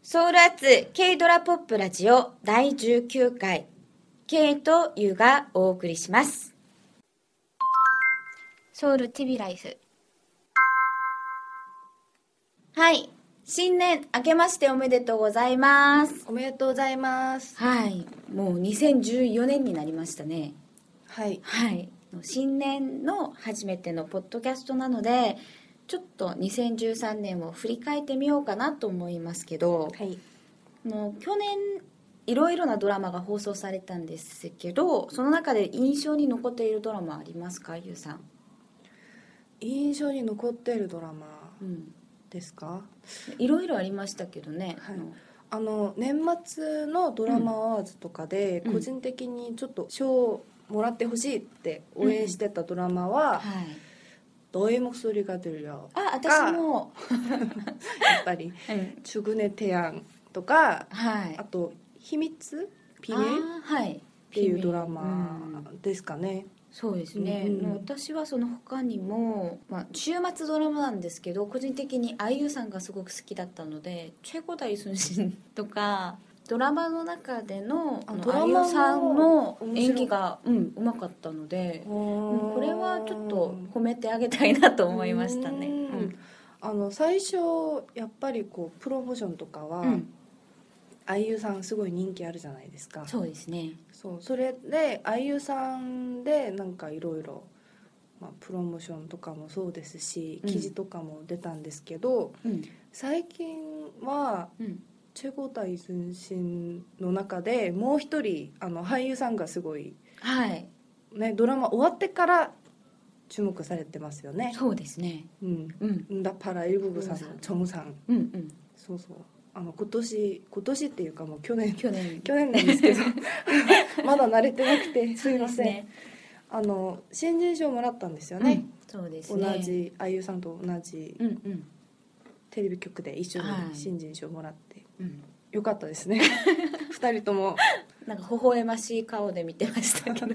ソウルアーツ K ドラポップラジオ第19回 K と U がお送りしますソウルティビライスはい新年明けましておめでとうございますおめでとうございます。はいもう2014年になりましたねはい。はい新年の初めてのポッドキャストなのでちょっと2013年を振り返ってみようかなと思いますけど、はい。あの去年いろいろなドラマが放送されたんですけどその中で印象に残っているドラマありますかゆうさん、印象に残っているドラマうん、ですか？いろいろありましたけどね、はいあのあの年末のドラマアワーズとかで、うん個人的にちょっと賞をもらってほしいって応援してたドラマははい、 「너의목소리가들려 あ私も、」やっぱ りうん「주군의태양」とかはいあと「秘密」「ピあネ」っーはいていうドラうマんですかね。そうですね、うんうんもう私はその他にも、まあ、週末ドラマなんですけど個人的にあゆさんがすごく好きだったので「チェコ大寸心」とかドラマの中でのああのドあラマゆもさんの面白い演技がうんうまかったので、うんここれはちょっと褒めてあげたいなと思いましたね。ううんんあの最初やっぱりこうプロモーションとかは、うんあゆさんすごい人気あるじゃないですかそうですね。そうそれであゆさんでなんかいろいろまあプロモーションとかもそうですしうん記事とかも出たんですけど、うん最近はうん中国大寸心の中でもう一人あの俳優さんがすごい、はい、ね、ドラマ終わってから注目されてますよね。そうですね。うんうんだからイブグさんうんチョムさんうんうん。そうそうあの今年今年っていうかもう去年去年去年なんです けどまだ慣れてなく てすいません、ね。あの新人賞もらったんですようね、んそうですね。同。じあゆさんと同じうんうんテレビ局で一緒にはい新人賞もらって、うん。よかったです ね二人ともなんか微笑ましい顔で見てました けど。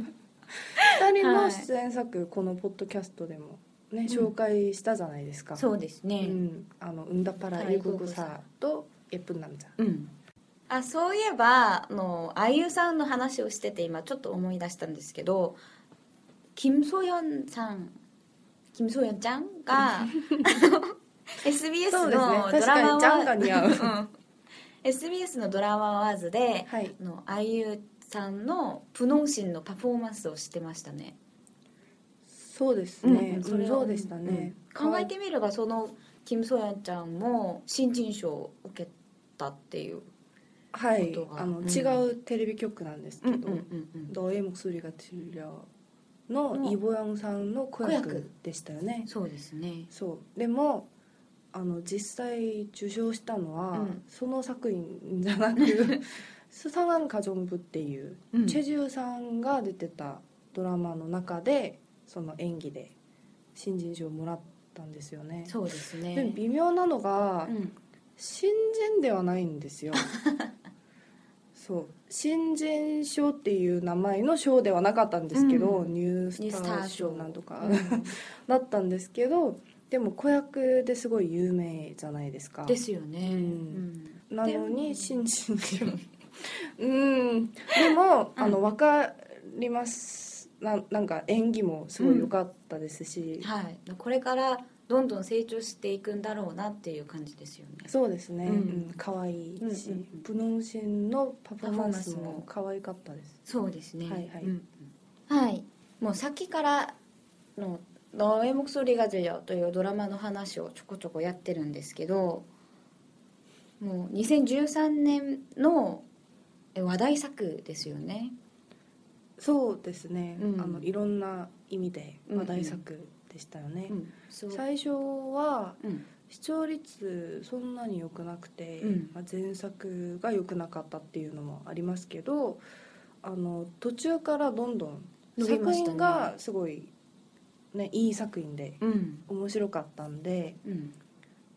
二人はのい出演作、このポッドキャストでもね、ん紹介したじゃないですかそうですうね。ん、あのうんだパライブグサとエプンナムちゃんうん。あそういえばあのあゆさんの話をしてて今ちょっと思い出したんですけど、金ソヨンさん、金ソヨンちゃん があの SBS そうのでドすね確ラマかにジャンが似合ううん SBS のドラマワーズで、はいあのあゆさんのプノンシンのパフォーマンスをしてましたね。そうですね、うんうんそれをそうでしたね、うん考えてみればその金ソヤンちゃんも新人賞を受けたっていう。はいことがあの、うん違うテレビ局なんですけど、うん 너의목소리가들려ののイボヨンさんの子子役役でしたよねそうですね。そうでもあの実際受賞したのは、うんその作品じゃなく「スサガンカジョンブ」っていう、うんチェジュさんが出てたドラマの中でその演技で新人賞をもらったんですよねそうですでもね。微妙なのが、うん新人ではないんですよ そう新人賞っていう名前の賞ではなかったんですけど、うニューニューススタターー賞賞なんとか、 うだったんですけどでも子役ですごい有名じゃないですかんですよね。うんうんなのにで新人賞うんでも、あの分かりますななんか演技もすごい良かったですし、はい。これからどんどん成長していくんだろうなっていう感じですよね。そうですね、ううんん可愛いし、うんうんうんブノンシンのパフォーマンスパフォーマンスもも可愛かったですそうですね。はいはいうんうんはい。もうさっきからの 너의 목소리가 들려 또いうドラマの話をちょこちょこやってるんですけど、もう2013年のえ話題作ですよね。そうですね、うんあのいろんな意味でうん話題作でしたよね、うん、そう、最初はうん、視聴率そんなに良くなくて、うんまあ、前作が良くなかったっていうのもありますけどあの途中からどんどん伸び作ましたね品がすごい、ね、いい作品でうん、面白かったんでうん、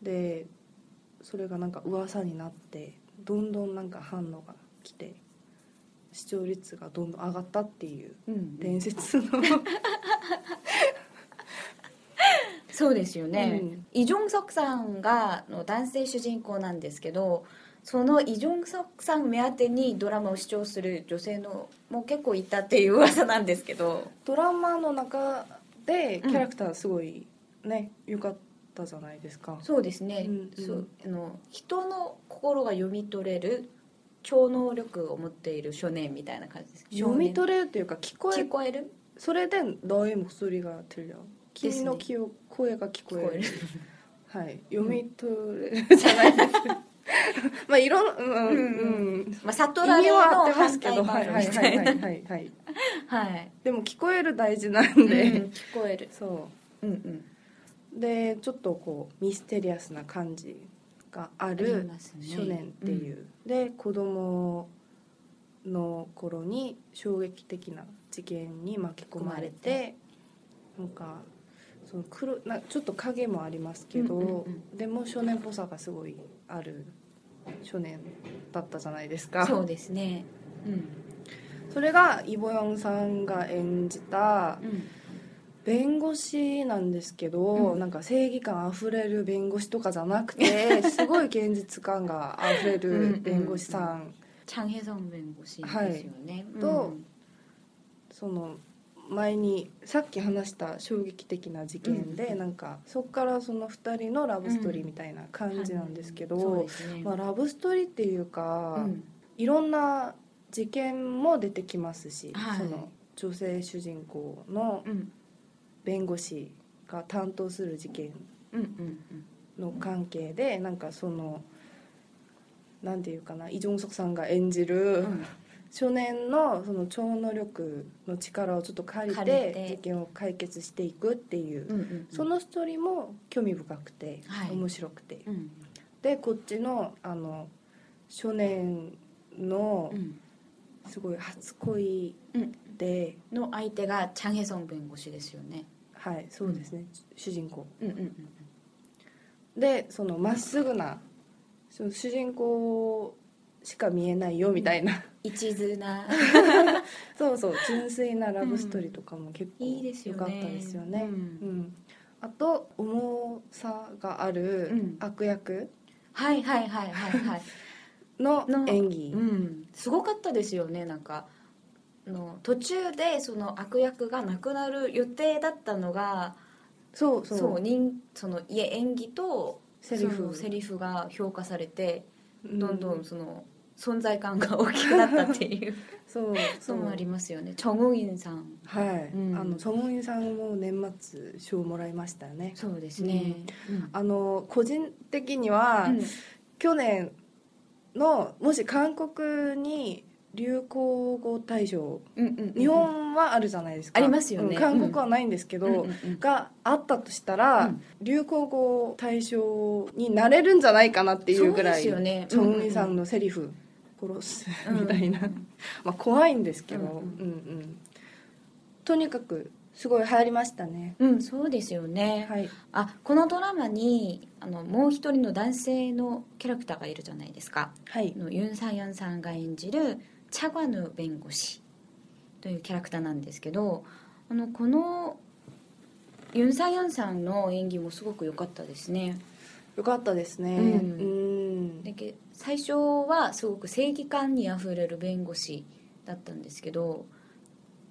でそれがなんか噂になってどんどんなんか反応が来て視聴率がどんどん上がったっていううん、伝説のそうですよね、うんイ・ジョンソクさんがあの男性主人公なんですけどそのイ・ジョンソクさん目当てにドラマを視聴する女性のも結構いたっていう噂なんですけどドラマの中でうキんャラクターすごいね良、かったじゃないですか。そうですね、うんうんそうあの人の心が読み取れる超能力を持っている少年みたいな感じです読み取れるというか聞こえ聞こえるそれで너의목소리가들려 ですね君の記憶声が聞こ聞こええるるはい読み取れるじゃないです まあいろんうんうん、うん、 まあ悟ら意れ味のは合ってま反すけど対は版いはいみはたいいはないはい、はい、はいでも聞こえる大事なんで、うん聞こえるそうんうんうでちょっとこうミステリアスな感じがあありるますね初年っていう、で子供の頃に衝撃的な事件に巻き込まれてなんかその黒なちょっと影もありますけど、うんうんうでも少年っぽさがすごいある少年だったじゃないですうんかそうですねうんそれがイ・ボヨンさんが演じたうん弁護士なんですけど、うんなんか正義感あふれる弁護士とかじゃな くてすごい現実感があふれる弁護士さん 장혜성弁護士ですよね。とうんその前にさっき話した衝撃的な事件で、うんなんかそこからその2人のラブストーリーみたいな感じなんですけど、そうですね。まあ、ラブストーリーっていうか、うんいろんな事件も出てきますし、はいその女性主人公のうん弁護士が担当する事件うんうんの関係でなんかそのなんていうかなイ・ジョンソクさんが演じる、うん少年のその超能力の力をちょっと借りて借りて事件を解決していくっていう、うんうんそのストーリーも興味深くて、はい面白くてうんでこっちのあの少年のうんすごい初恋で、の相手が장혜성弁護士ですよね。はいそうですね、主人公うんうんでそのまっすぐなその主人公しか見えないよみたいな、一途な そうそう純粋なラブストーリーとかも結構いいですよ良ね。かったですよね。うんうん、あと重さがあるうん悪役はいはいはいはいはい。のの演技、うんすごかったですよねなんかあの途中でその悪役がなくなる予定だったのがそうそうそう人そのいえ演技とセリそフのセリフが評価されてうんどんどんその存在感が大きくなったっていうそうそのうもありますよねチョン・ウンインさんはい、うんあのソモンイさんも年末賞もらいましたよねそうですね、うんあの個人的には、うん去年のもし韓国に流行語大賞うんうんうん日本はあるじゃないですか、ありますよねうん韓国はないんですけど、うんうんうんがあったとしたら、うん流行語対象になれるんじゃないかなっていうぐらそうでいすよねチョン・ウンさんのセリフ「殺す」うんみたいな、 まあ怖いんですけど、うんうんうんうんとにかくすごい流行りましたねうんそうですよね、はいあこのドラマにあのもう一人の男性のキャラクターがいるじゃないですかはいあのユン・サヨンさんが演じるチャガヌ弁護士というキャラクターなんですけどあのこのユン・サヨンさんの演技もすごく良かったですねよかったですねううんん、だけ最初はすごく正義感にあふれる弁護士だったんですけど、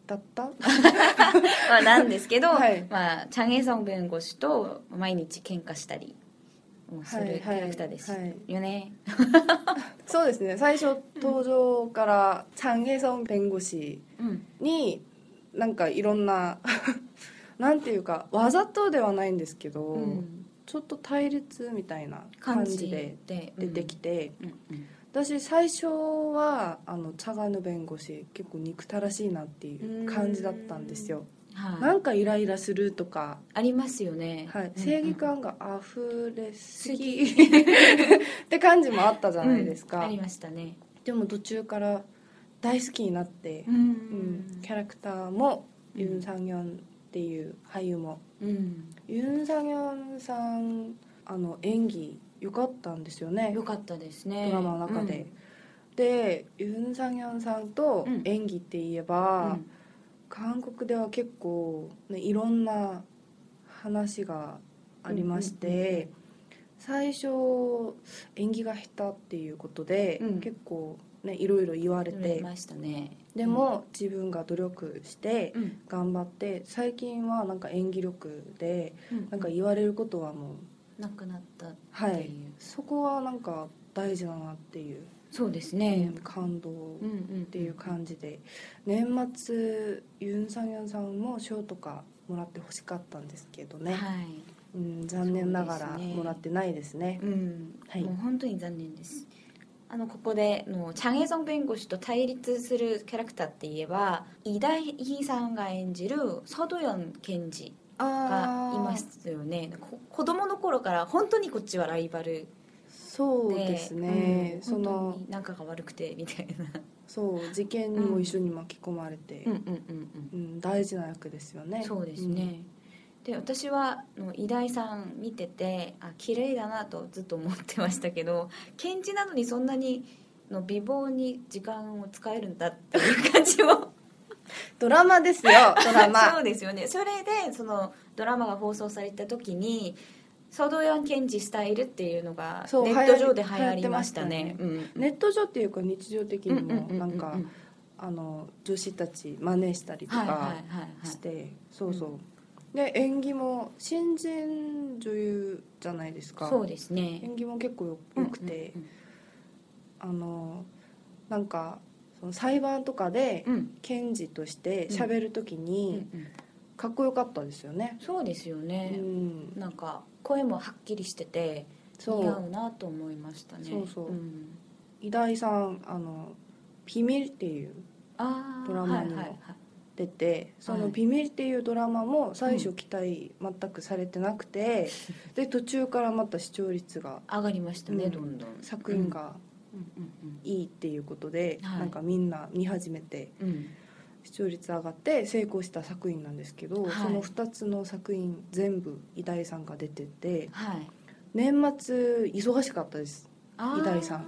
だったま あ、なんですけど、はいまあ、チャン・エソン弁護士と毎日喧嘩したりもすはいはるいキャラクターです、はいよねそうですね最初登場からチャン・ゲソン弁護士うんになんかいろんな なんていうかわざとではないんですけど、うんちょっと対立みたいな感感じじでで出てきて、て、うんうん私最初はあのチャガヌ弁護士結構憎たらしいなっていう感じだったんですよ、はいなんかイライラするとか、ありますよね、はい、うん正義感が溢れす ぎって感じもあったじゃないでうすんか、ありましたねでも途中から大好きになって、うんうんキャラクターもユン・サンギョンっていう俳優もうんユン・サンギョンさんあの演技良かったんですよね良かったですねドラマの中で、でユン・サンギョンさんとうん演技って言えうんば、うん韓国では結構、ね、いろんな話がありまして、うんうんうん最初演技が下手っていうことで、うん結構、ね、いろいろ言われ撮れてましたねでも、自分が努力してうん頑張って最近はなんか演技力でうんなんか言われることはもうなくなったっていう、はいそこはなんか大事だなっていう、そうですねうん感動うんうんっていう感じで年末ユン・サンヨンさんも賞とかもらってほしかったんですけどね、はいうん、残念ながらそうですねもらってないですねうんはいもう本当に残念ですあのここであのチャン・ヘソン弁護士と対立するキャラクターって言えばイ・ダヒさんが演じるソドヨン検事がいましすよねこ子供の頃から本当にこっちはライバルそうでですね、うんそ本当のに仲が悪くてみたいなそう事件にも一緒に巻き込まれて、うんうんうんうん大事な役ですようねんそうですね、で私はあのイ・ダヒさん見ててあ綺麗だなとずっと思ってましたけど検事なのにそんなにの美貌に時間を使えるんだっていう感じもうんドラマで すよドラそマうですよねそれでそのドラマが放送された時にソドヨン検事スタイルっていうのがそうネット上で流行りましたね流ネット上っていうか日常的にもなんか、はいあの女子たち真似したりとか、はいはいして、そうそう、で演技も新人女優じゃないですかそうですね演技も結構よよくて、あのなんかその裁判とかでうんうんうん検事として喋る時にうんうんかっこよかったですよね、そうですようんねなんか声もはっきりしてて似そ合ううなと思いましたねそうそうん偉大さんあの「ビミル」っていうあードラマにもはいはいはい出てそのは「いビミル」っていうドラマも最初期待全くされてな くて、で途中からまた視聴率が上がりましたね、うんどんどん作品、がうんうんいいっていうことで、はいなんかみんな見始めてうんうん、視聴率上がって成功した作品なんですけど、はいその2つの作品全部偉大さんが出ててはい年末忙しかったですあーイダイさん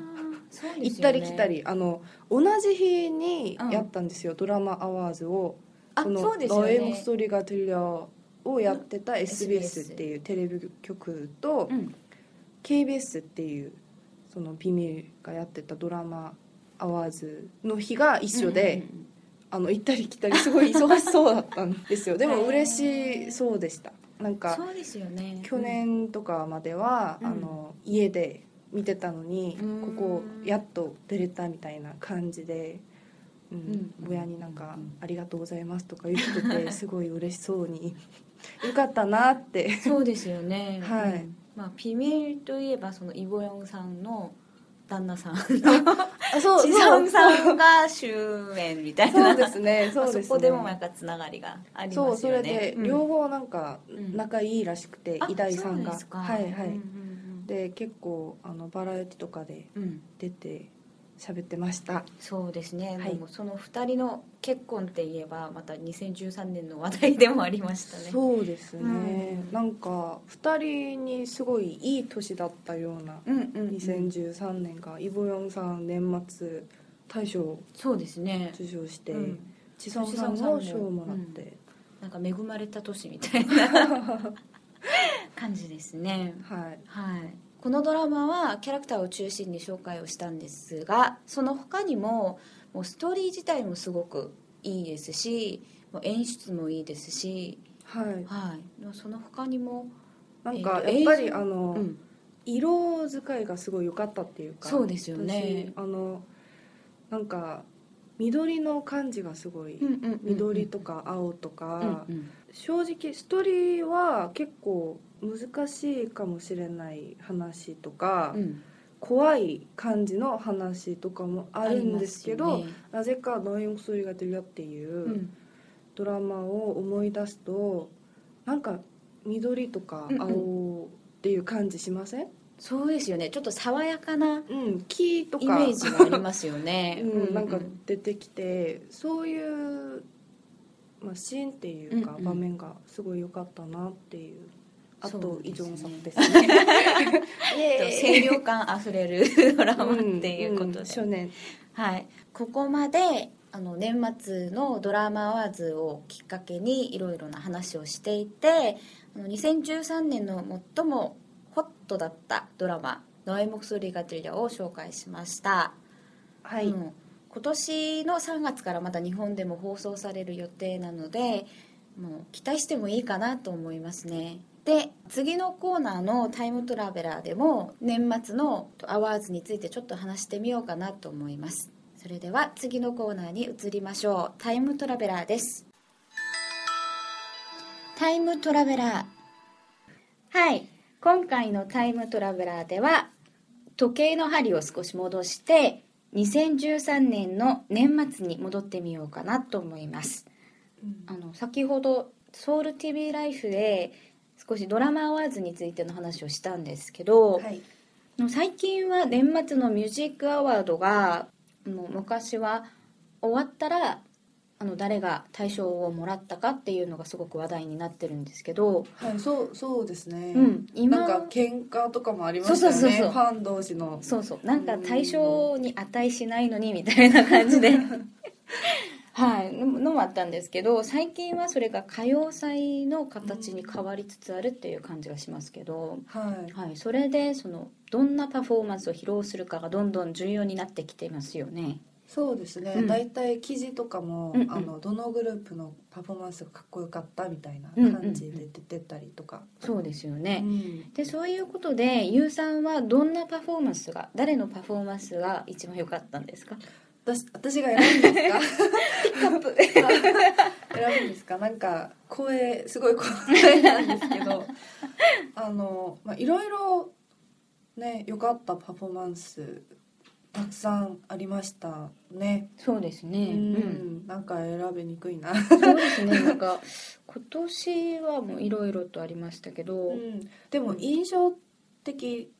そうですよね行ったり来たりあの同じ日にやったんですよ、ドラマアワーズをあのそうですよ 너의목 ね 소리가들려」をやってた SBS SBS っていうテレビ局と、うん KBS っていうそのビミルがやってたドラマアワーズの日が一緒で、うんうんうんあの行ったり来たりすごい忙しそうだったんですよで へもー嬉しそうでしたなんかそうですよね去年とかまでは、うんあの家で見てたのに、うんここやっと出れたみたいな感じで、うんうん親になんか、うんありがとうございます」とか言って てすごい嬉しそうに「よかったな」ってそうですよねはいうんまあピメルといえばそのイボヨンさんの旦那さんのあそチサンさんが主演みたいなそうですねそうまあですねそこでもなんかつながりがありますよねそうそれでうん両方なんかうん仲いいらしくて、あ偉大さんそうがですかはいはい、うんうんで結構あのバラエティとかでうんうん出て喋ってましたそうですね、はでいもその2人の結婚って言えばまた2013年の話題でもありましたねそうですね、うんなんか2人にすごいいい年だったようなうんうんうん、 2013年がイボヨンさん年末大賞をそうですね、受賞して、うんチソンさんも賞をもらって、なんか恵まれた年みたいな 感じですねはいはいこのドラマはキャラクターを中心に紹介をしたんですがその他にももうストーリー自体もすごくいいですしもう演出もいいですし、はいはい、でもその他にも、なんかえっとやっぱり映あの、うん、色使いがすごい良かったっていうかそうですよね私あのなんか緑の感じがすごい、うんうんうんうん緑とか青とうんうか、ん正直ストーリーは結構難しいかもしれない話とか、うん怖い感じの話とかもあるんですけあど、りますよねなぜか「ノイオンソイが出るよ」っていう、うんドラマを思い出すとなんか緑とかうんうん青っていう感じしません、そうですよねちょっと爽やかなうん、木とイか、メージがありますよね うん、なんか出てきてそういう、まあ、シーンっていううかんうん場面がすごい良かったなっていう、あそうとでイ・ジすねョンさんですね清イエーイ涼感あふれるドラマっうんて いうことうんで、少年はい、ここまであの年末のドラマアワーズをきっかけにいろいろな話をしていてあの2013年の最もホットだったドラマ「ノエモクソリガテリア」を紹介しました、はい、あの今年の3月からまた日本でも放送される予定なのでもう期待してもいいかなと思いますねで次のコーナーの「タイムトラベラー」でも年末のアワーズについてちょっと話してみようかなと思いますそれでは次のコーナーに移りましょう「タイムトラベラー」ですタイムトラベラーはい今回の「タイムトラベラー」では時計の針を少し戻して2013年の年末に戻ってみようかなと思いますあの先ほどソウル TV ライフで少しドラマアワーズについての話をしたんですけど、はいあの最近は年末のミュージックアワードがもう昔は終わったらあの誰が大賞をもらったかっていうのがすごく話題になってるんですけど、はい、そうそうですね、うん、今なんか喧嘩とかもありましたよねそうそうそうそうファン同士のそうそうなんか対象に値しないのにみたいな感じではいののもあったんですけど最近はそれが歌謡祭の形に変わりつつあるっていう感じがしますけど、はいはい、それでそのどんなパフォーマンスを披露するかがどんどん重要になってきていますよね。そうですね、うんだいたい記事とかも、うんうんあのどのグループのパフォーマンスがかっこよかったみたいな感じで出てたりとか、そうですよね、うんでそういうことでゆうさんはどんなパフォーマンスが誰のパフォーマンスが一番良かったんですか私私が選ぶんですかピックアップ選ぶんですかなんか声すごい声なんですけ どあの、まあ、いろいろね良かったパフォーマンスたくさんありましたね、 そうですねうんうんなんか選べにくいなそうですねなんか今年はもういろいろとありましたけど、うんでも印象的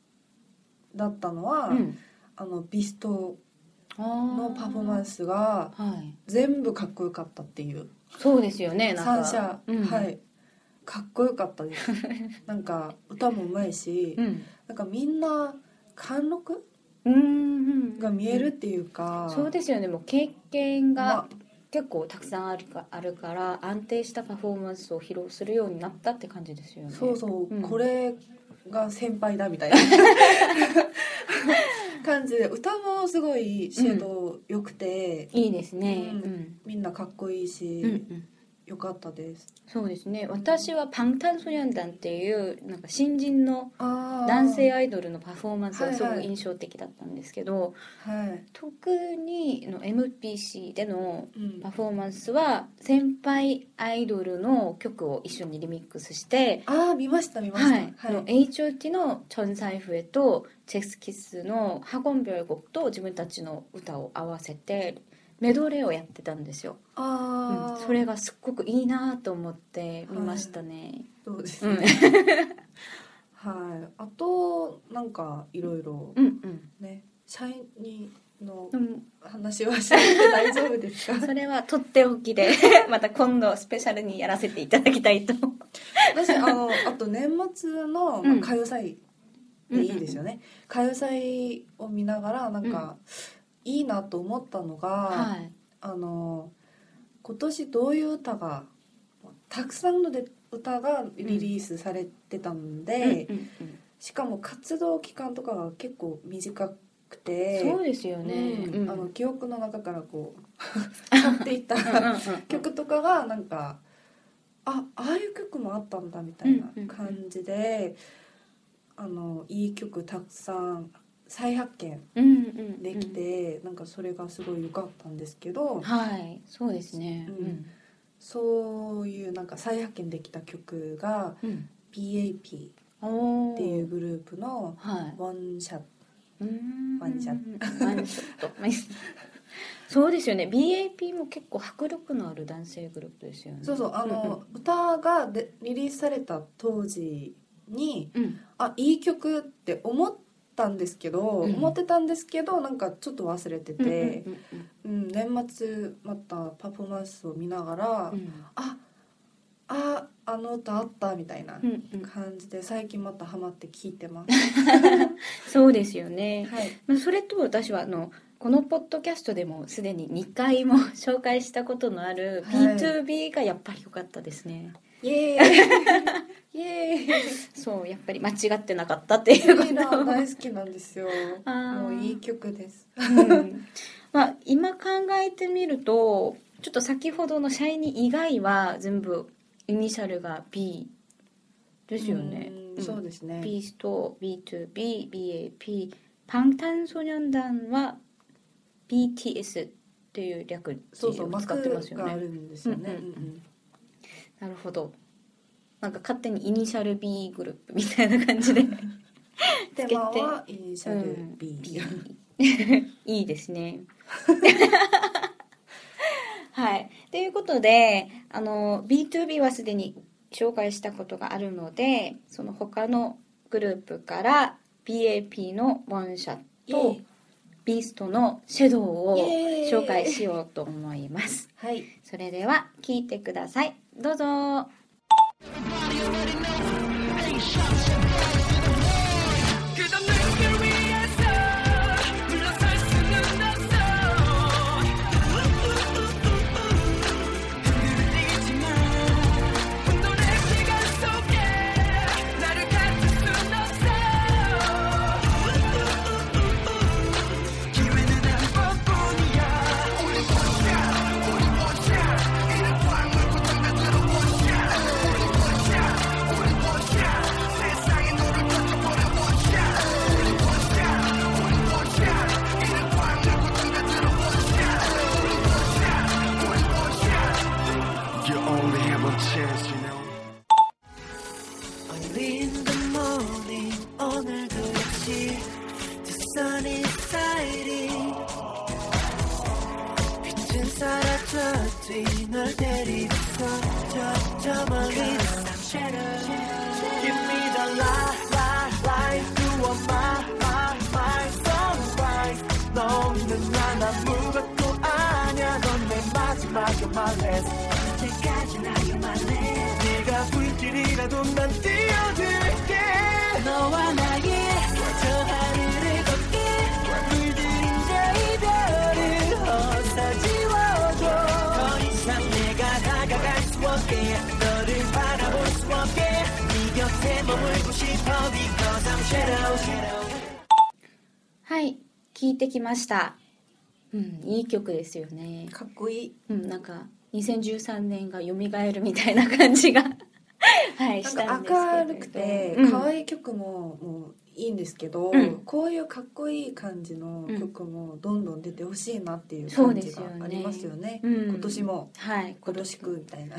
だったのは、うんあのビストあのパフォーマンススがはい全部かっこよかったっていうそうですよねなんか三者、うんはいかっこよかったです なんか歌もうまいし、うんなんかみんな貫禄うんうんが見えるっていうか、そうですよねもう経験まがあ結構たくさんあるかあるから安定したパフォーマンスを披露するようになったって感じですよねそうそう、うんこれが先輩だ みたいな感じで歌もすごいシェード良くて、いいですねうんうん、みんなかっこいいし、うんうんよかったですそうですね私はパンタンソニャンダンっていうなんか新人の男男性アイドルのパフォーマンスがすごはいくはい印象的だったんですけど、はい、特にあの MPC でのうんパフォーマンスは先輩アイドルの曲を一緒にリミックスして、ああ見ました見ましたはいあの HOT の「チョンサイフエ」と「チェスキス」の「ハゴンビョイゴク」と自分たちの歌を合わせてメドレーをやってたんですよ、うあんあ、それがすっごくいいなと思って見ましたね、そうですうんね、はいあとなんかいろい ろうんうんね社員のでも話はしなくて大丈夫ですかそれはとっておき でまた今度スペシャルにやらせていただきたいと私あのあと年末の、まあうん歌謡祭でいいですよね、歌謡祭を見ながらなんか、いいなと思ったのが、はいあの今年どういう歌がたくさんので歌がリリースされてたので、うんうんうんしかも活動期間とかが結構短くてそうですよね。うんうんあの記憶の中からこう 去っていった曲とかがなんかあああいう曲もあったんだみたいなうんうんうん感じで、あのいい曲たくさん再発見うんうんできて、なんかそれがすごい良かったんですけどはいそうですねううんんそういうなんか再発見できた曲がうん、 PAP おーっていうグループのはい「ワンシャッうーんワンちゃんワンちょっとそうですよね BAP も結構迫力のある男性グループですよねそうそうあの、歌がでリリースされた当時にうんうんあいい曲って思ったんですけど、うん思ってたんですけどなんかちょっと忘れてうん、て、うんうん年末またパフォーマンスを見ながら、うんあああの歌あったみたいなうんうんうん感じで最近またハマって聴いてます。そうですよね はい、まあそれと私はあのこのポッドキャストでもすでに2回も紹介したことのあるはい B2B がやっぱり良かったですね、イエー イイエーイ そうやっぱり間違ってなかったっていうこいいなとを大好きなんですよ。あーもういい曲です。うん まあ、今考えてみるとちょっと先ほどの「シャイニ」以外は全部イニシャルが B ですよねうん。うんそうですね。ビースト B2BBAP パンタンソニョン団は BTS っていう略字そうそうを使ってます幕よがあね。るんですよね。うんうんうんうんなるほどなんか勝手にイニシャル B グループみたいな感じでうんテーマはイニシャル B。 いいですね。はい。ということで、あの、B2B はすでに紹介したことがあるので、その他のグループから BAP のワンシャとイエイ、ビーストのシェドウをイエイ紹介しようと思います。はい。それでは聞いてくださいどうぞはい聞いてきましたうんいい曲ですよねかっこいい。うんなんか2013年が蘇るみたいな感じが はいなしんたんですけかれど明るくてうん可愛い曲ももういいんですけどうん、こういうかっこいい感じの曲もどんどん出てほしいなっていうそう感でじすがよねありますよね。うん今年もはいよろしくみた いな。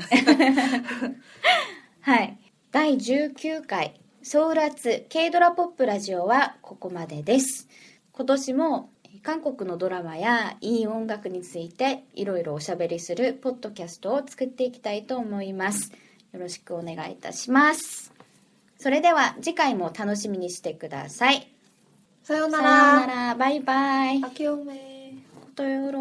はい。第19回、ソウラツ K ドラポップラジオはここまでです。今年もえー韓国のドラマやいい音楽についていろいろおしゃべりするポッドキャストを作っていきたいと思います。よろしくお願いいたします。それでは次回も楽しみにしてください。さようさよなうなら。ら、バイバイ。明けおめ。とよろ